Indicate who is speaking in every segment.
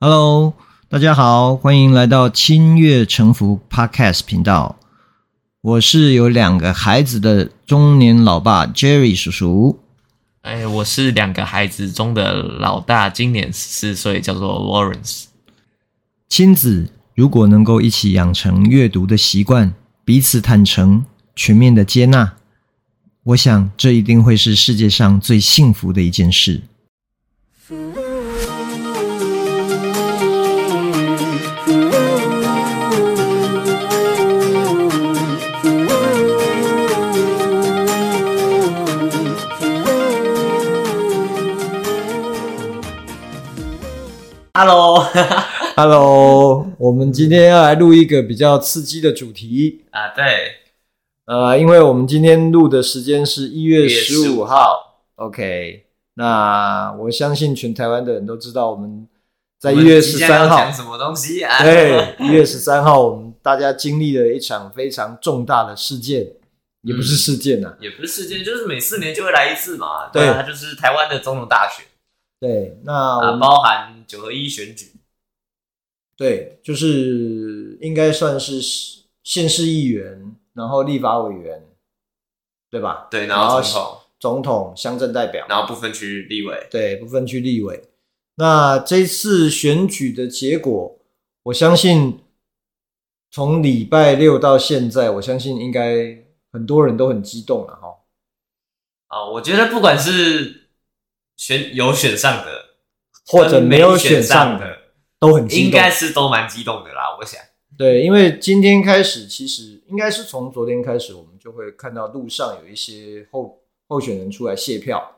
Speaker 1: Hello，大家好，欢迎来到轻月沉浮 Podcast 频道。我是有两个孩子的中年老爸 Jerry 叔叔。
Speaker 2: 哎，我是两个孩子中的老大，今年十四岁，叫做 Lawrence。
Speaker 1: 亲子如果能够一起养成阅读的习惯，彼此坦诚、全面的接纳，我想这一定会是世界上最幸福的一件事。
Speaker 2: Hello，
Speaker 1: Hello，我们今天要来录一个比较刺激的主题。
Speaker 2: 啊，对，
Speaker 1: 呃，因为我们今天录的时间是一月十五
Speaker 2: 15
Speaker 1: 号，OK。那我相信全台湾的人都知道，我们在
Speaker 2: 我
Speaker 1: 一
Speaker 2: 们
Speaker 1: 月十
Speaker 2: 即将要
Speaker 1: 三号
Speaker 2: 讲，什么东西啊？
Speaker 1: 对，一月十三号，我们大家经历了一场非常重大的事件，也不
Speaker 2: 嗯
Speaker 1: 是事件啊，
Speaker 2: 也不是事件，就是每四年就会来一次嘛。
Speaker 1: 对
Speaker 2: 啊它就是台湾的总统大选
Speaker 1: 对，那我
Speaker 2: 啊，
Speaker 1: 们
Speaker 2: 包含九合一选举。
Speaker 1: 对，就是应该算是县市议员，然后立法委员，对吧？
Speaker 2: 对，
Speaker 1: 然
Speaker 2: 然
Speaker 1: 后
Speaker 2: 后总统，
Speaker 1: 总统、乡镇代表，
Speaker 2: 然后不分区立委。
Speaker 1: 对，不分区立委。那这次选举的结果，我相信从礼拜六到现在，我相信应该很多人都很激动了哈。
Speaker 2: 啊，我觉得不管是选有选上的，
Speaker 1: 或者
Speaker 2: 跟
Speaker 1: 没
Speaker 2: 没
Speaker 1: 有选
Speaker 2: 选
Speaker 1: 上的
Speaker 2: 的，
Speaker 1: 都很激
Speaker 2: 应
Speaker 1: 动
Speaker 2: 该。是都蛮激动的啦。我想，
Speaker 1: 对，因为今天开始，其实应该是从昨天开始，我们就会看到路上有一些候候选人出来谢票。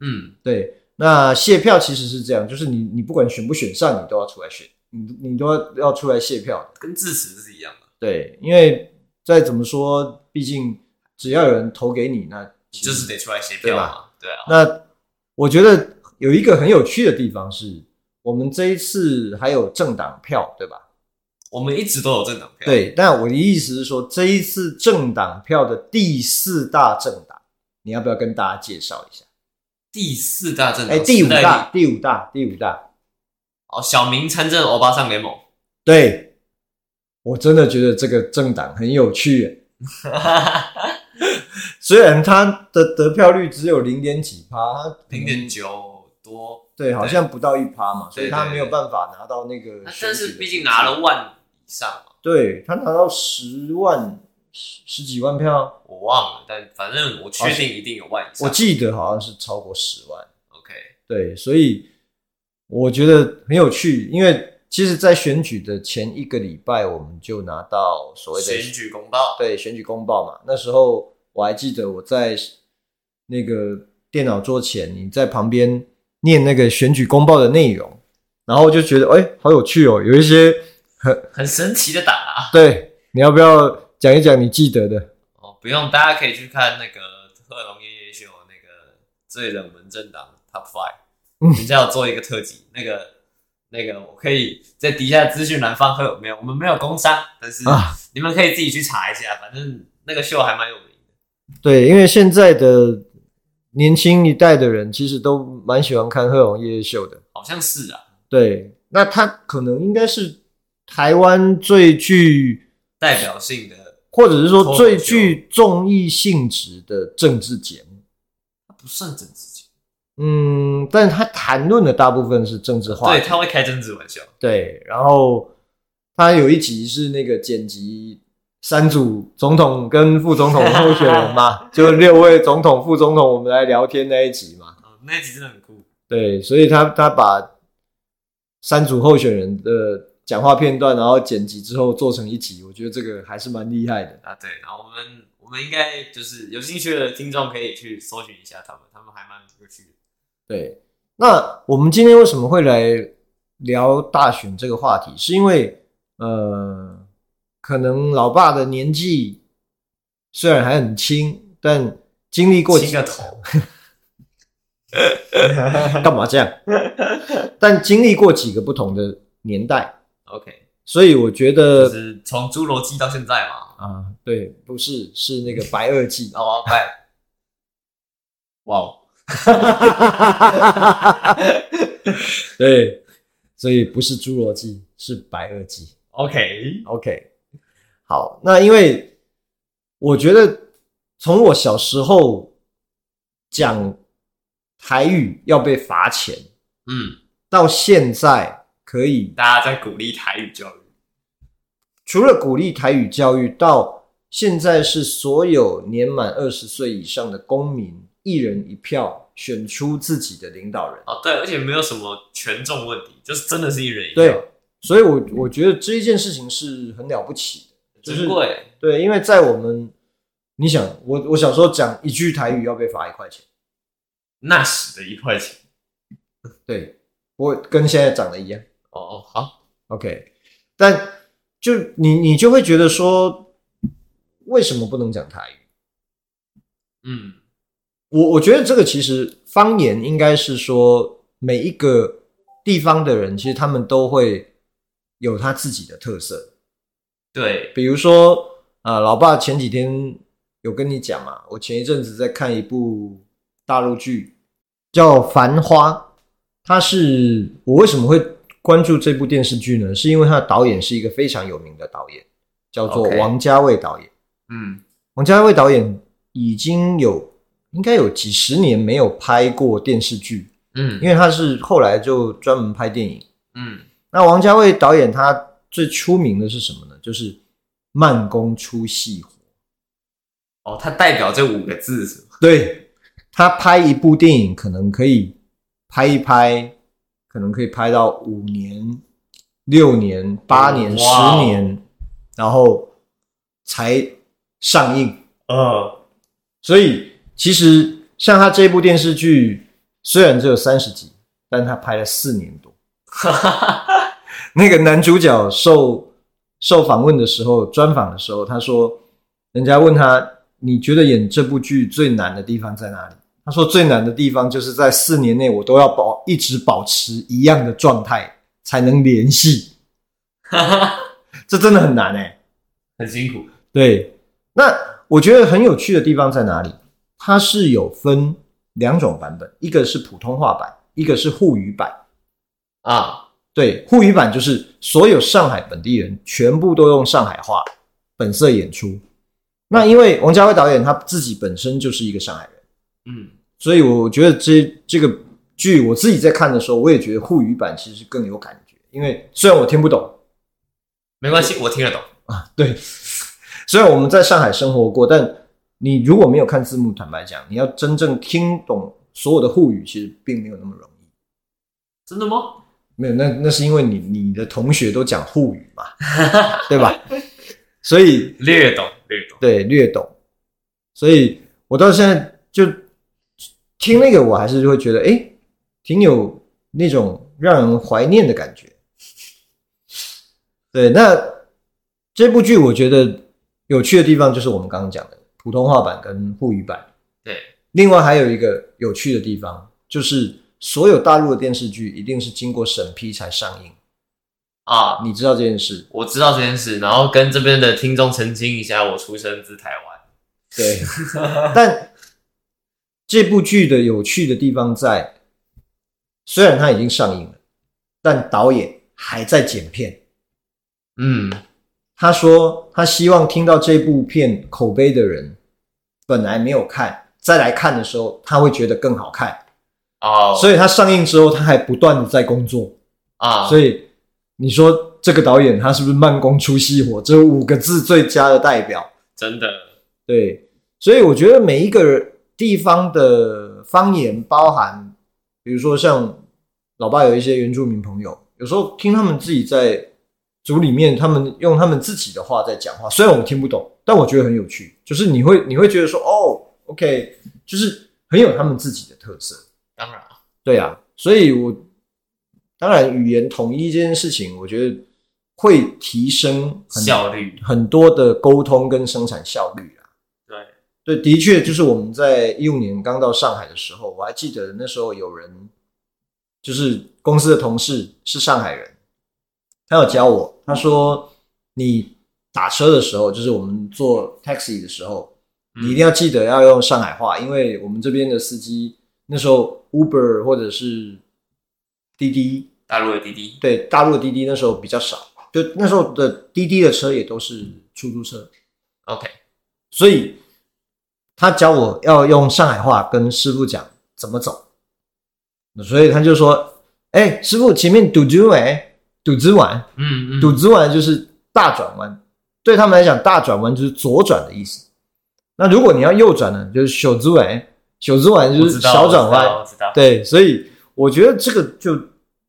Speaker 2: 嗯，
Speaker 1: 对，那谢票其实是这样，就是你你不管选不选上，你都要出来选，你你都要要出来谢票。
Speaker 2: 跟致辞是一样的，
Speaker 1: 对，因为再怎么说，毕竟只要有人投给你，那其实
Speaker 2: 就是得出来写
Speaker 1: 对
Speaker 2: 票
Speaker 1: 吧
Speaker 2: 嘛。对啊，
Speaker 1: 那我觉得有一个很有趣的地方是，我们这一次还有政党票，对吧？
Speaker 2: 我们一直都有政党票。，
Speaker 1: 对，但我的意思是说，这一次政党票的第四大政党，你要不要跟大家介绍一下？
Speaker 2: 第四大政党，
Speaker 1: 哎，第五
Speaker 2: 时代力
Speaker 1: 大，第五大，第五大，
Speaker 2: 哦，小明参政欧巴桑联 盟，
Speaker 1: 对我真的觉得这个政党很有趣耶。虽然它的得票率只有零点几趴，它可能
Speaker 2: 零点九多，
Speaker 1: 对，好像不到一趴嘛，所以
Speaker 2: 对
Speaker 1: 他
Speaker 2: 对
Speaker 1: 没有办法拿到那个选举的成绩。
Speaker 2: 那嗯但是毕竟拿了万以上嘛，
Speaker 1: 对他拿到十万十十几万票，
Speaker 2: 我忘了，但反正我确定一定有万以上。
Speaker 1: 我记得好像是超过十万。
Speaker 2: OK，
Speaker 1: 对，所以我觉得很有趣，因为其实，在选举的前一个礼拜，我们就拿到所谓的
Speaker 2: 选举公报，
Speaker 1: 对选举公报嘛。那时候我还记得我在那个电脑桌前，你在旁边念那个选举公报的内容，然后我就觉得哎、好有趣哦，有一些
Speaker 2: 很神奇的党 啊！
Speaker 1: 对，你要不要讲一讲你记得的？
Speaker 2: 哦，不用，大家可以去看那个贺龙夜夜秀那个最冷门政党 Top Five，
Speaker 1: 嗯
Speaker 2: 人家有做一个特辑，那个那个我可以在底下资讯栏放会有没有？我们没有工商，但是
Speaker 1: 啊
Speaker 2: 你们可以自己去查一下，反正那个秀还蛮有名的。
Speaker 1: 对，因为现在的年轻一代的人其实都蛮喜欢看贺龙夜夜秀的。
Speaker 2: 好像是啊，
Speaker 1: 对，那他可能应该是台湾最具，
Speaker 2: 代表性的
Speaker 1: 或者是说
Speaker 2: 脱口秀
Speaker 1: 最具综艺性质的政治节目。
Speaker 2: 它不算政治节
Speaker 1: 嗯，但他谈论的大部分是政治
Speaker 2: 目，
Speaker 1: 话
Speaker 2: 对，
Speaker 1: 题。
Speaker 2: 他会开政治玩笑，
Speaker 1: 对，然后他有一集是那个剪辑三组总统跟副总统候选人嘛，就六位总统、副总统，我们来聊天那一集嘛。
Speaker 2: 嗯，那一集真的很酷，
Speaker 1: 对，所以他他把三组候选人的讲话片段，然后剪辑之后做成一集，我觉得这个还是蛮厉害的。
Speaker 2: 啊，对，然后我们我们应该就是有兴趣的听众可以去搜寻一下他们，他们还蛮有趣的。
Speaker 1: 对，那我们今天为什么会来聊大选这个话题？是因为呃，可能老爸的年纪虽然还很轻，但经历过几
Speaker 2: 亲个头，
Speaker 1: 干嘛这样？但经历过几个不同的年代，
Speaker 2: OK，
Speaker 1: 所以我觉得
Speaker 2: 就是从侏罗纪到现在嘛，
Speaker 1: 啊，对，不是，是那个白垩纪。
Speaker 2: 哦，拜，哇哦，
Speaker 1: 对，所以不是侏罗纪，是白垩纪。
Speaker 2: OK，
Speaker 1: OK，好，那因为我觉得从我小时候讲台语要被罚钱，
Speaker 2: 嗯，
Speaker 1: 到现在可以
Speaker 2: 大家在鼓励台语教育，
Speaker 1: 除了鼓励台语教育，到现在是所有年满二十岁以上的公民一人一票选出自己的领导人。
Speaker 2: 哦，对，而且没有什么权重问题，就是真的是一人一票，
Speaker 1: 对，所以我我觉得这一件事情是很了不起的，就是
Speaker 2: 珍贵，
Speaker 1: 对，因为在我们，你想，我我小时候讲一句台语要被罚一块钱，
Speaker 2: 那时的一块钱。
Speaker 1: 对我跟现在长得一样
Speaker 2: 哦，好，
Speaker 1: ，OK，但就你你就会觉得说，为什么不能讲台语？
Speaker 2: 嗯，
Speaker 1: 我我觉得这个其实方言应该是说每一个地方的人，其实他们都会有他自己的特色，
Speaker 2: 对，
Speaker 1: 比如说，呃，老爸前几天有跟你讲嘛，我前一阵子在看一部大陆剧叫《繁花》，它是我为什么会关注这部电视剧呢？是因为它的导演是一个非常有名的导演，叫做
Speaker 2: OK
Speaker 1: 王家卫导演。
Speaker 2: 嗯，
Speaker 1: 王家卫导演已经有应该有几十年没有拍过电视剧，
Speaker 2: 嗯，
Speaker 1: 因为他是后来就专门拍电影。
Speaker 2: 嗯，
Speaker 1: 那王家卫导演他最出名的是什么呢？就是慢工出细活。
Speaker 2: 哦，它代表这五个字是吗？
Speaker 1: 对他拍一部电影，可能可以拍一拍，可能可以拍到五年、六年、八年、十
Speaker 2: 哇哦
Speaker 1: 年，然后才上映。
Speaker 2: 呃，
Speaker 1: 所以其实像他这部电视剧，虽然只有三十集，但他拍了四年多。
Speaker 2: 哈哈哈，
Speaker 1: 那个男主角受受访问的时候，专访的时候，他说，人家问他，你觉得演这部剧最难的地方在哪里？他说最难的地方就是在四年内，我都要保一直保持一样的状态才能联系，
Speaker 2: 哈哈，
Speaker 1: 这真的很难哎、
Speaker 2: 很辛苦。
Speaker 1: 对，那我觉得很有趣的地方在哪里？它是有分两种版本，一个是普通话版，一个是沪语版。
Speaker 2: 啊，
Speaker 1: 对，沪语版就是所有上海本地人全部都用上海话本色演出。那因为王家卫导演他自己本身就是一个上海人，
Speaker 2: 嗯，
Speaker 1: 所以我觉得这这个剧我自己在看的时候，我也觉得沪语版其实更有感觉，因为虽然我听不懂
Speaker 2: 没关系，我听得懂。
Speaker 1: 啊，对，虽然我们在上海生活过，但你如果没有看字幕，坦白讲，你要真正听懂所有的沪语，其实并没有那么容易。
Speaker 2: 真的吗？
Speaker 1: 没有，那那是因为你你的同学都讲沪语嘛， 对吧？所以
Speaker 2: 略懂，略懂。
Speaker 1: 对略懂，所以我到现在就听那个，我还是会觉得诶，挺有那种让人怀念的感觉。 对，那这部剧我觉得有趣的地方就是我们刚刚讲的普通话版跟沪语版，
Speaker 2: 对，
Speaker 1: 另外还有一个有趣的地方就是。所有大陆的电视剧一定是经过审批才上映，
Speaker 2: 啊，
Speaker 1: 你知道这件事？
Speaker 2: 我知道这件事，然后跟这边的听众澄清一下，我出生自台湾。
Speaker 1: 对，但这部剧的有趣的地方在，虽然它已经上映了，但导演还在剪片。
Speaker 2: 嗯，
Speaker 1: 他说他希望听到这部片口碑的人，本来没有看，再来看的时候，他会觉得更好看。
Speaker 2: 哦，
Speaker 1: 所以他上映之后，他还不断的在工作。
Speaker 2: 啊，
Speaker 1: 所
Speaker 2: 以
Speaker 1: 以你说这个导演他是不是慢工出细活？这五个字最佳的代表。
Speaker 2: 真的，
Speaker 1: 对，所以我觉得每一个地方的方言包含，比如说像老爸有一些原住民朋友，有时候听他们自己在组里面，他们用他们自己的话在讲话，虽然我听不懂，但我觉得很有趣，就是你会你会觉得说，哦，OK，就是很有他们自己的特色。
Speaker 2: 当然，
Speaker 1: 对啊，所以我当然语言统一这件事情，我觉得会提升很
Speaker 2: 效率，
Speaker 1: 很多的沟通跟生产效率啊。
Speaker 2: 对，
Speaker 1: 对，的确就是我们在一五年刚到上海的时候，我还记得那时候有人，就是公司的同事是上海人，他有教我，他说你打车的时候，就是我们坐 taxi 的时候，
Speaker 2: 嗯
Speaker 1: 你一定要记得要用上海话，因为我们这边的司机那时候 Uber 或者是滴滴
Speaker 2: 大陆的滴滴，
Speaker 1: 对，大陆的滴滴那时候比较少，就那时候的滴滴的车也都是出租车，
Speaker 2: OK，
Speaker 1: 所以他教我要用上海话跟师傅讲怎么走，所以他就说：“哎、师傅，前面堵住哎，堵之碗，
Speaker 2: 嗯嗯，
Speaker 1: 堵之碗就是大转弯，对他们来讲，大转弯就是左转的意思。那如果你要右转呢，就是小之碗，小之碗就
Speaker 2: 我
Speaker 1: 是
Speaker 2: 知道
Speaker 1: 小转弯。
Speaker 2: 我知道，我知道
Speaker 1: 对，所以我觉得这个就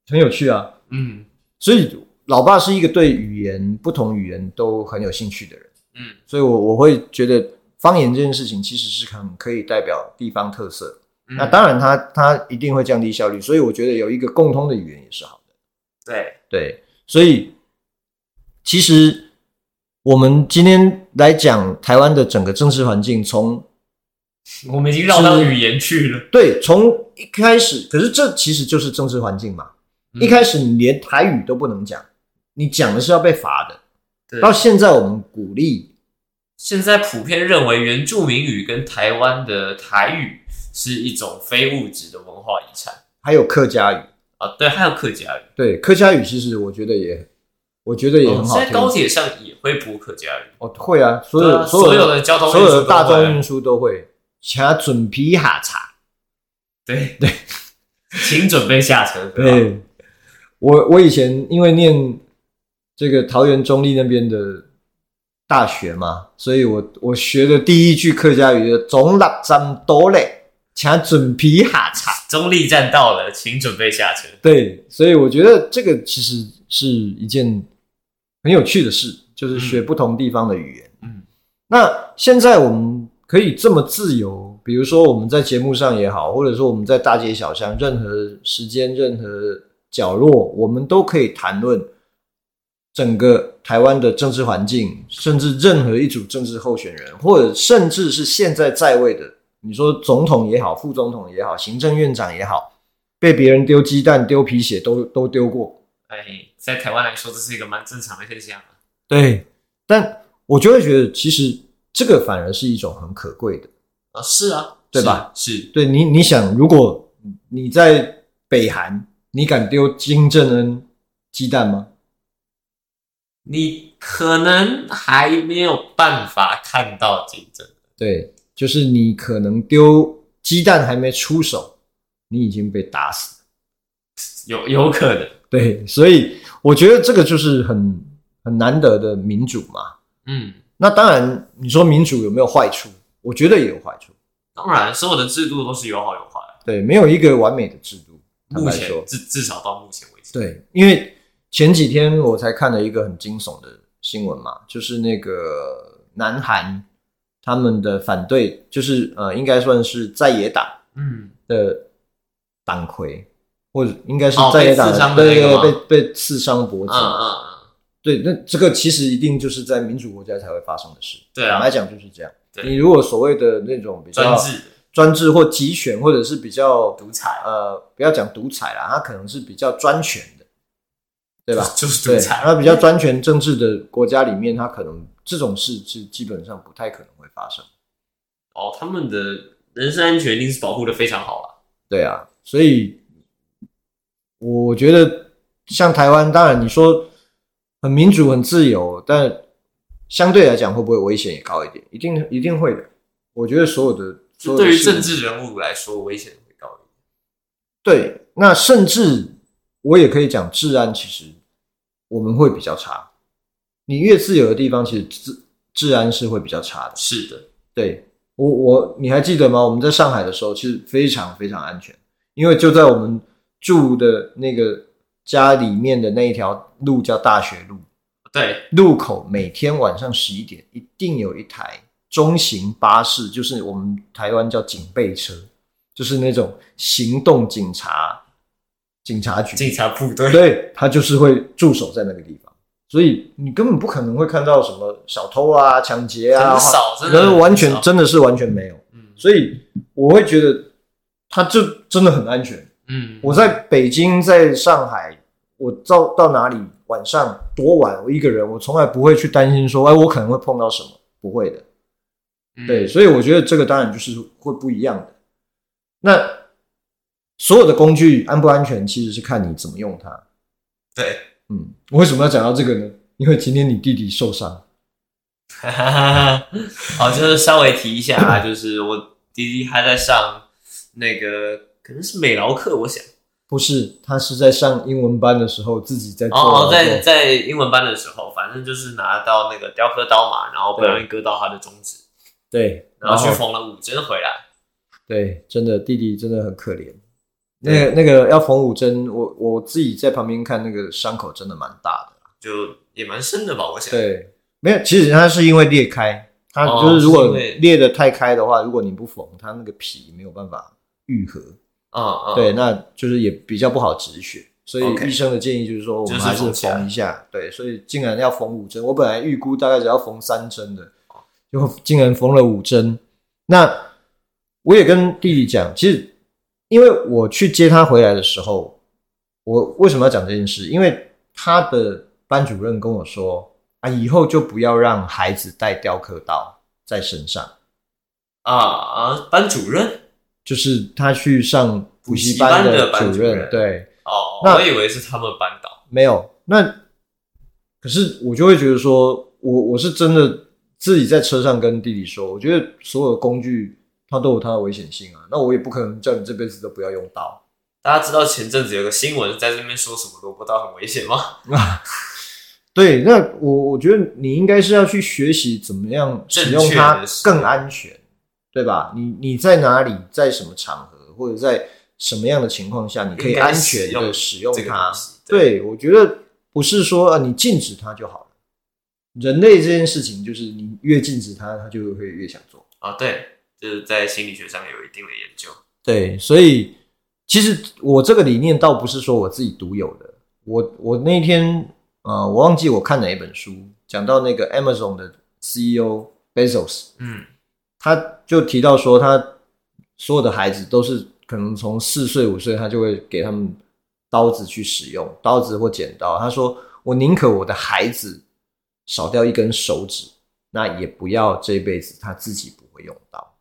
Speaker 1: 很有趣啊。
Speaker 2: 嗯
Speaker 1: 所以老爸是一个对语言不同语言都很有兴趣的人。”
Speaker 2: 嗯
Speaker 1: 所以我我会觉得方言这件事情其实是很可以代表地方特色。
Speaker 2: 嗯，
Speaker 1: 那当然它，它一定会降低效率，所以我觉得有一个共通的语言也是好的。
Speaker 2: 对，
Speaker 1: 对，所以其实我们今天来讲台湾的整个政治环境从，
Speaker 2: 我们已经绕到语言去了，
Speaker 1: 对从一开始，可是这其实就是政治环境嘛。
Speaker 2: 嗯
Speaker 1: 一开始你连台语都不能讲，你讲的是要被罚的。
Speaker 2: 对
Speaker 1: 到现在我们鼓励
Speaker 2: 现在普遍认为原住民语跟台湾的台语是一种非物质的文化遗产
Speaker 1: 还有客家语。
Speaker 2: 啊，对，还有客家语，
Speaker 1: 对，客家语其实我觉得也，我觉得也很
Speaker 2: 哦
Speaker 1: 好
Speaker 2: 现在
Speaker 1: 听。
Speaker 2: 高铁上也会播客家语，
Speaker 1: 哦，会啊，所
Speaker 2: 对
Speaker 1: 有
Speaker 2: 啊所有的交通运输
Speaker 1: 所有的
Speaker 2: 都
Speaker 1: 大众
Speaker 2: 会
Speaker 1: 运输都会，请准皮哈茶。
Speaker 2: 对对，请准备下车，对吧？
Speaker 1: 对，我我以前因为念这个桃园中立那边的大学嘛，所以我我学的第一句客家语的“总六三多嘞”，请准皮哈茶。
Speaker 2: 中立站到了，请准备下车。
Speaker 1: 对，所以我觉得这个其实是一件很有趣的事，就是学不同地方的语言。
Speaker 2: 嗯，
Speaker 1: 那现在我们可以这么自由，比如说我们在节目上也好，或者说我们在大街小巷，任何时间、任何角落，我们都可以谈论整个台湾的政治环境，甚至任何一组政治候选人，或者甚至是现在在位的，你说总统也好，副总统也好，行政院长也好。被别人丢鸡蛋、丢皮鞋都都丢过。
Speaker 2: 哎，在台湾来说，这是一个蛮正常的现象啊。
Speaker 1: 对，但我就会觉得，其实这个反而是一种很可贵的。
Speaker 2: 啊，是啊，
Speaker 1: 对吧？
Speaker 2: 是，
Speaker 1: 对你，你想，如果你在北韩，你敢丢金正恩鸡蛋吗？
Speaker 2: 你可能还没有办法看到竞争。
Speaker 1: 对，就是你可能丢鸡蛋还没出手，你已经被打死了。
Speaker 2: 有有可能，
Speaker 1: 对，所以我觉得这个就是很很难得的民主嘛。
Speaker 2: 嗯，
Speaker 1: 那当然，你说民主有没有坏处？我觉得也有坏处。
Speaker 2: 当然，所有的制度都是有好有坏。啊
Speaker 1: 对，没有一个完美的制度。坦
Speaker 2: 目
Speaker 1: 白
Speaker 2: 前
Speaker 1: 说，
Speaker 2: 至至少到目前为止，
Speaker 1: 对，因为前几天我才看了一个很惊悚的新闻嘛，就是那个南韩他们的反对，就是呃，应该算是在野党
Speaker 2: 嗯，
Speaker 1: 的党魁，或者应该是
Speaker 2: 哦
Speaker 1: 在野党
Speaker 2: 被刺伤的
Speaker 1: 对对
Speaker 2: 那个
Speaker 1: 对
Speaker 2: 吗，
Speaker 1: 被被刺伤脖
Speaker 2: 嗯
Speaker 1: 子。
Speaker 2: 嗯嗯，
Speaker 1: 对，那这个其实一定就是在民主国家才会发生的事。
Speaker 2: 对
Speaker 1: 坦
Speaker 2: 啊
Speaker 1: 白，讲就是这样。
Speaker 2: 对
Speaker 1: 你如果所谓的那种比较
Speaker 2: 专制、
Speaker 1: 专制或集权，或者是比较
Speaker 2: 独裁，啊
Speaker 1: 呃，不要讲独裁啦，它可能是比较专权的，对吧？
Speaker 2: 就是
Speaker 1: 对
Speaker 2: 独，裁。啊
Speaker 1: 那比较专权政治的国家里面，它可能这种事是基本上不太可能会发生。
Speaker 2: 哦，他们的人身安全一定是保护的非常好了。
Speaker 1: 对啊，所以我觉得像台湾，当然你说很民主、很自由，但相对来讲会不会危险也高一点？一定一定会的。我觉得所有的所
Speaker 2: 就
Speaker 1: 有的
Speaker 2: 对于
Speaker 1: 事情
Speaker 2: 政治人物来说，危险会高一点。
Speaker 1: 对，那甚至我也可以讲，治安其实我们会比较差。你越自由的地方，其实治治安是会比较差的。
Speaker 2: 是的，
Speaker 1: 对我，我你还记得吗？我们在上海的时候，其实非常非常安全，因为就在我们住的那个家里面的那一条路叫大学路，
Speaker 2: 对，
Speaker 1: 路口每天晚上十一点一定有一台中型巴士，就是我们台湾叫警备车，就是那种行动警察警察局，
Speaker 2: 警察部队，
Speaker 1: 对他就是会驻守在那个地方，所以你根本不可能会看到什么小偷啊、抢劫啊，
Speaker 2: 很少真的
Speaker 1: 然后完
Speaker 2: 很
Speaker 1: 全
Speaker 2: 少
Speaker 1: 真的是完全没有，
Speaker 2: 嗯
Speaker 1: 所以我会觉得他就真的很安全。
Speaker 2: 嗯，
Speaker 1: 我在北京，在上海，我到到哪里晚上多晚，我一个人，我从来不会去担心说，哎，我可能会碰到什么，不会的。
Speaker 2: 嗯
Speaker 1: 对，所以我觉得这个当然就是会不一样的。那所有的工具安不安全，其实是看你怎么用它。
Speaker 2: 对，
Speaker 1: 嗯，我为什么要讲到这个呢？因为今天你弟弟受伤，
Speaker 2: 哈哈哈哈，好，就是稍微提一下 啊，就是我弟弟他在上那个可能是美劳课，我想
Speaker 1: 不是他是在上英文班的时候自己在做劳作。
Speaker 2: 哦哦，在在英文班的时候，反正就是拿到那个雕刻刀嘛，然后不小
Speaker 1: 啊
Speaker 2: 心割到他的中指，
Speaker 1: 对，
Speaker 2: 然后去缝了五针回来。
Speaker 1: 对，真的弟弟真的很可怜。那个那个要缝五针，我我自己在旁边看，那个伤口真的蛮大的。
Speaker 2: 就也蛮深的吧，我想。
Speaker 1: 对，没有，其实它是因为裂开，它
Speaker 2: 哦
Speaker 1: 就是如果
Speaker 2: 是因为
Speaker 1: 裂的太开的话，如果你不缝，它那个皮没有办法愈合，
Speaker 2: 嗯嗯，
Speaker 1: 对，，那就是也比较不好止血。所以
Speaker 2: OK
Speaker 1: 医生的建议就是说，我
Speaker 2: 就
Speaker 1: 们
Speaker 2: 是
Speaker 1: 还是
Speaker 2: 缝起来
Speaker 1: 缝一下。对，所以竟然要缝五针，我本来预估大概只要缝三针的，就竟然缝了五针。那我也跟弟弟讲，其实因为我去接他回来的时候，我为什么要讲这件事？因为他的班主任跟我说啊，以后就不要让孩子带雕刻刀在身上。
Speaker 2: 啊啊，班主任
Speaker 1: 就是他去上补习的
Speaker 2: 补习班的班主任
Speaker 1: 对，
Speaker 2: 哦，
Speaker 1: 那
Speaker 2: 我以为是他们班导。
Speaker 1: 没有。那可是我就会觉得说，我我是真的自己在车上跟弟弟说，我觉得所有的工具它都有它的危险性啊。那我也不可能叫你这辈子都不要用刀。
Speaker 2: 大家知道前阵子有个新闻在这边说什么萝卜刀很危险吗？
Speaker 1: 对，那我我觉得你应该是要去学习怎么样使用它
Speaker 2: 正确地使用
Speaker 1: 更安全，对吧？你你在哪里，在什么场合，或者在什么样的情况下，你可以
Speaker 2: 应该
Speaker 1: 安全的使
Speaker 2: 使
Speaker 1: 用
Speaker 2: 用这个
Speaker 1: 它
Speaker 2: 东。西。
Speaker 1: 对，我觉得不是说啊，你禁止它就好了。人类这件事情，就是你越禁止它，它就会越想做。
Speaker 2: 啊，对，就是在心理学上有一定的研究。
Speaker 1: 对，所以其实我这个理念倒不是说我自己独有的。我我那天呃，我忘记我看哪一本书，讲到那个 Amazon 的 CEO Bezos，
Speaker 2: 嗯，
Speaker 1: 他就提到说，他所有的孩子都是可能从四岁五岁，他就会给他们刀子去使用，刀子或剪刀。他说：“我宁可我的孩子少掉一根手指，那也不要这辈子他自己不会用刀。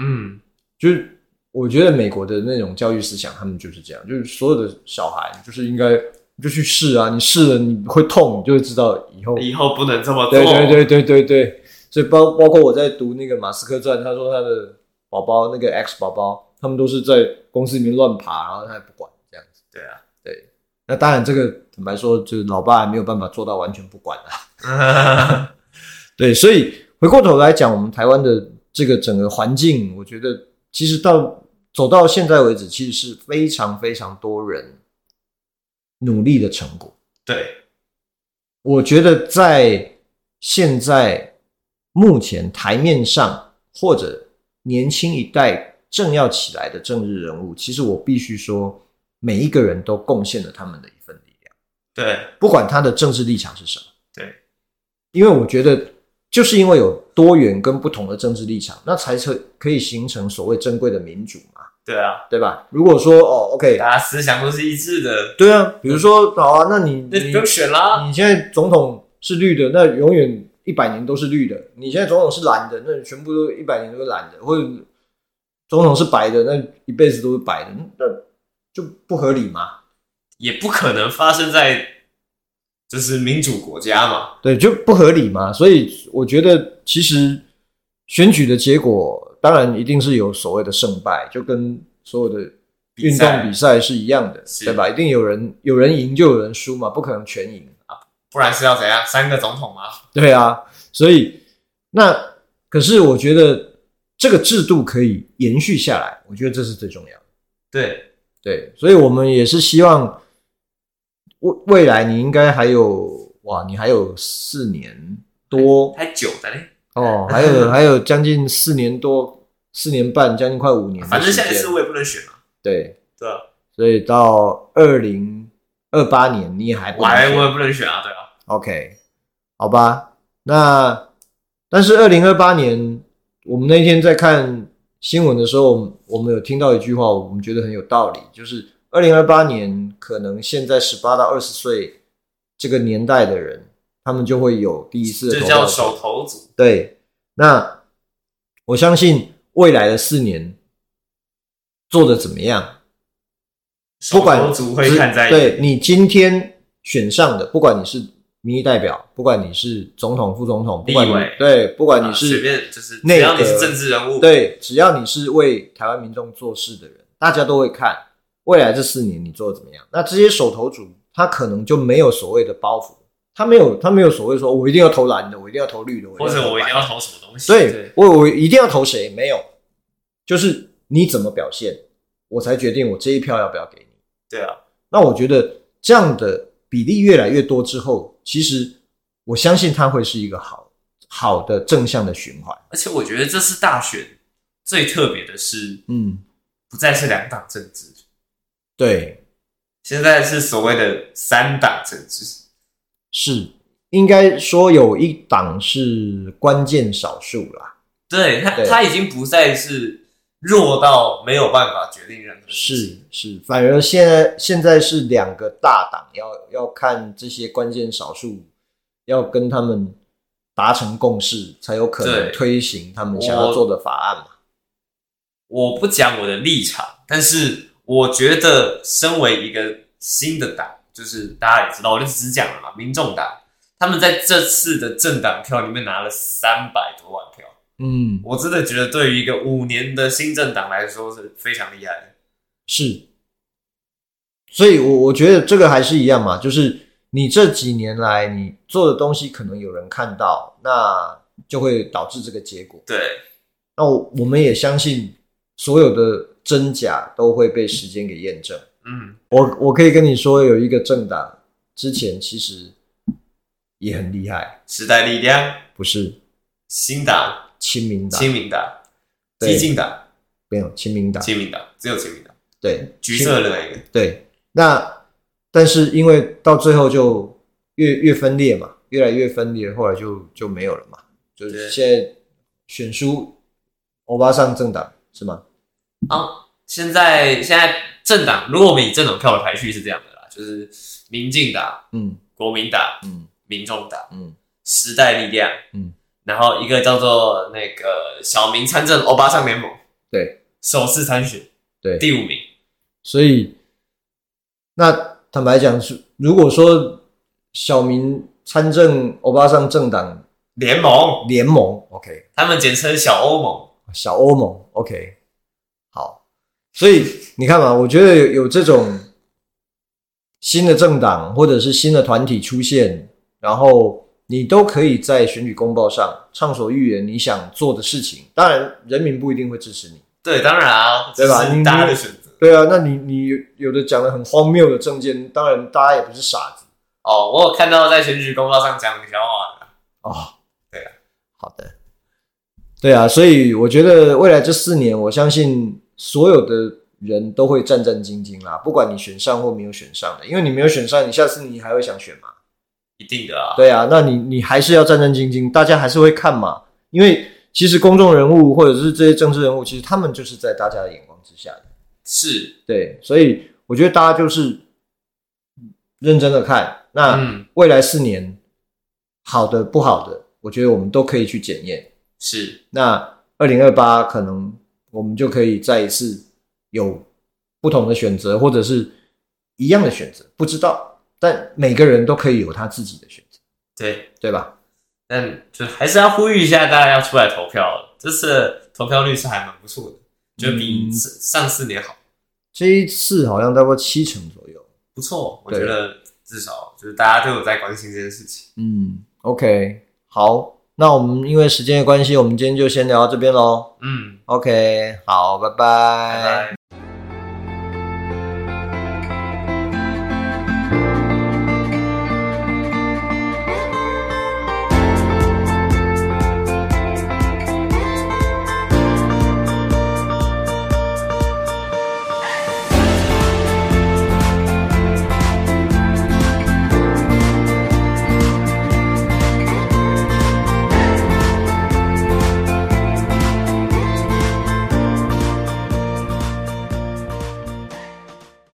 Speaker 2: 嗯，”
Speaker 1: 就是我觉得美国的那种教育思想，他们就是这样，就是所有的小孩就是应该你就去试啊，你试了你会痛，你就会知道以后
Speaker 2: 以后不能这么做。
Speaker 1: 对对对对对对，所以包包括我在读那个马斯克传，他说他的宝宝那个 X 宝宝，他们都是在公司里面乱爬，然后他也不管这样子。
Speaker 2: 对啊，
Speaker 1: 对，那当然这个坦白说，就是老爸还没有办法做到完全不管啊。对，所以回过头来讲，我们台湾的这个整个环境，我觉得其实到走到现在为止，其实是非常非常多人努力的成果。
Speaker 2: 对，
Speaker 1: 我觉得在现在目前台面上或者年轻一代正要起来的政治人物，其实我必须说，每一个人都贡献了他们的一份力量，
Speaker 2: 对，
Speaker 1: 不管他的政治立场是什么。
Speaker 2: 对，
Speaker 1: 因为我觉得就是因为有多元跟不同的政治立场，那才可可以形成所谓珍贵的民主嘛，
Speaker 2: 对啊，
Speaker 1: 对吧？如果说哦，OK，
Speaker 2: 大家思想都是一致的，
Speaker 1: 对啊，比如说好啊，那你
Speaker 2: 那
Speaker 1: 你
Speaker 2: 不用选 啦。
Speaker 1: 你现在总统是绿的，那永远一百年都是绿的；你现在总统是蓝的，那全部都一百年都是蓝的；或者总统是白的，那一辈子都是白的，那就不合理嘛？
Speaker 2: 也不可能发生在就是民主国家嘛。
Speaker 1: 对，就不合理嘛。所以我觉得，其实选举的结果当然一定是有所谓的胜败，就跟所有的运动比赛是一样的，
Speaker 2: 是
Speaker 1: 对吧？一定有人有人赢就有人输嘛，不可能全赢。
Speaker 2: 不然是要怎样？三个总统吗？
Speaker 1: 对啊，所以那可是我觉得这个制度可以延续下来，我觉得这是最重要的。
Speaker 2: 对，
Speaker 1: 对，所以我们也是希望未未来你应该还有哇，你还有四年多
Speaker 2: 太久了嘞。
Speaker 1: 哦，还 有还有将近四年多、四年半，将近快五年的
Speaker 2: 反正
Speaker 1: 时
Speaker 2: 下一次
Speaker 1: 间。
Speaker 2: 我也不能选嘛。
Speaker 1: 对，
Speaker 2: 对啊，
Speaker 1: 所以到二零二八年你也还不
Speaker 2: 我
Speaker 1: 能
Speaker 2: 还
Speaker 1: 选
Speaker 2: 我也不能选啊，对啊。
Speaker 1: OK，好吧，那但是二零二八年，我们那天在看新闻的时候，我们有听到一句话，我们觉得很有道理，就是二零二八年可能现在十八到二十岁这个年代的人，他们就会有第一次的
Speaker 2: 这
Speaker 1: 投
Speaker 2: 叫
Speaker 1: 票
Speaker 2: 手头组。
Speaker 1: 对，那我相信未来的四年做的怎么样，不管
Speaker 2: 手头组会看在
Speaker 1: 对你今天选上的，不管你是民意代表，不管你是总统、副总统，不管你
Speaker 2: 立委
Speaker 1: 对，不管你
Speaker 2: 啊随
Speaker 1: 是、
Speaker 2: 便就是，
Speaker 1: 内
Speaker 2: 只要你
Speaker 1: 阁
Speaker 2: 是政治人物，，
Speaker 1: 对，只要你是为台湾民众做事的人，大家都会看未来这四年你做的怎么样。那这些手头主，他可能就没有所谓的包袱，他没有他没有所谓说我一定要投蓝的，我一定要投绿的，
Speaker 2: 或者我一
Speaker 1: 一定要投
Speaker 2: 定
Speaker 1: 白
Speaker 2: 要投什么东西，
Speaker 1: 的对我我一定要投谁？没有，就是你怎么表现，我才决定我这一票要不要给你。
Speaker 2: 对啊，
Speaker 1: 那我觉得这样的比例越来越多之后，其实我相信它会是一个好好的正向的循环。
Speaker 2: 而且我觉得这次大选最特别的是，
Speaker 1: 嗯，
Speaker 2: 不再是两党政治，
Speaker 1: 对，
Speaker 2: 现在是所谓的三党政治，
Speaker 1: 是应该说有一档是关键少数啦，
Speaker 2: 对他
Speaker 1: 对
Speaker 2: 他已经不再是弱到没有办法决定任何事
Speaker 1: 是
Speaker 2: 情，
Speaker 1: 是，反而现在现在是两个大党要要看这些关键少数要跟他们达成共识，才有可能
Speaker 2: 对
Speaker 1: 推行他们想要
Speaker 2: 我
Speaker 1: 做的法案嘛。
Speaker 2: 我不讲我的立场，但是我觉得身为一个新的党，就是大家也知道，我就只讲了嘛，民众党。他们在这次的政党票里面拿了三百多万票，
Speaker 1: 嗯，
Speaker 2: 我真的觉得对于一个五年的新政党来说是非常厉害的。
Speaker 1: 是，所以我我觉得这个还是一样嘛，就是你这几年来你做的东西可能有人看到，那就会导致这个结果。
Speaker 2: 对，
Speaker 1: 那我我们也相信所有的真假都会被时间给验证。
Speaker 2: 嗯，
Speaker 1: 我我可以跟你说，有一个政党之前其实也很厉害，
Speaker 2: 时代力量、
Speaker 1: 不是
Speaker 2: 新党、
Speaker 1: 亲民党，
Speaker 2: 亲民党、
Speaker 1: 对
Speaker 2: 激进党、
Speaker 1: 没有亲民党，
Speaker 2: 亲民党，只有亲民党，
Speaker 1: 对，
Speaker 2: 橘
Speaker 1: 亲
Speaker 2: 色的那一个。
Speaker 1: 对。那但是因为到最后就越越分裂嘛，越来越分裂，后来就就没有了嘛，就是
Speaker 2: 对
Speaker 1: 现在选书欧巴桑政党是吗？
Speaker 2: 现在现在政党，如果我们以政党票的排序是这样的啦，就是民进党、
Speaker 1: 嗯
Speaker 2: 国民党、
Speaker 1: 嗯
Speaker 2: 民众党、
Speaker 1: 嗯
Speaker 2: 时代力量，
Speaker 1: 嗯，
Speaker 2: 然后一个叫做那个小明参政欧巴桑联盟，
Speaker 1: 对，
Speaker 2: 首次参选
Speaker 1: 对。
Speaker 2: 第五名，
Speaker 1: 所以，那坦白讲，是如果说小明参政欧巴桑政党
Speaker 2: 联盟，
Speaker 1: 联盟，OK，
Speaker 2: 他们简称小欧盟。
Speaker 1: 小欧盟，OK，好，所以你看嘛，我觉得有有这种新的政党或者是新的团体出现，然后你都可以在选举公报上畅所欲言你想做的事情，当然人民不一定会支持你。
Speaker 2: 对，当然啊，
Speaker 1: 对吧
Speaker 2: 这
Speaker 1: 你
Speaker 2: 是大家的选择。
Speaker 1: 对啊，那你你有的讲的很荒谬的政见，当然大家也不是傻子。
Speaker 2: 哦，我有看到在选举公报上讲小话的，
Speaker 1: 哦，
Speaker 2: 对啊，
Speaker 1: 好的，对啊，所以我觉得未来这四年，我相信所有的人都会战战兢兢啦，不管你选上或没有选上的，因为你没有选上，你下次你还会想选嘛？
Speaker 2: 一定的啊。
Speaker 1: 对啊，那你你还是要战战兢兢，大家还是会看嘛，因为其实公众人物或者是这些政治人物，其实他们就是在大家的眼光之下的。
Speaker 2: 是，
Speaker 1: 对，所以我觉得大家就是认真的看，那
Speaker 2: 嗯，
Speaker 1: 未来四年好的不好的，我觉得我们都可以去检验。
Speaker 2: 是，
Speaker 1: 那二零二八可能我们就可以再一次有不同的选择，或者是一样的选择，不知道。但每个人都可以有他自己的选择，
Speaker 2: 对。
Speaker 1: 对吧？
Speaker 2: 但就还是要呼吁一下大家要出来投票，这次的投票率是还蛮不错的，就比
Speaker 1: 嗯
Speaker 2: 上上四年好，
Speaker 1: 这一次好像大概七成左右。
Speaker 2: 不错。我
Speaker 1: 对
Speaker 2: 觉得至少就是大家都有在关心这件事情。
Speaker 1: 嗯，OK，好，那我们因为时间的关系，我们今天就先聊到这边喽。
Speaker 2: 嗯，
Speaker 1: OK，好，拜
Speaker 2: 拜拜。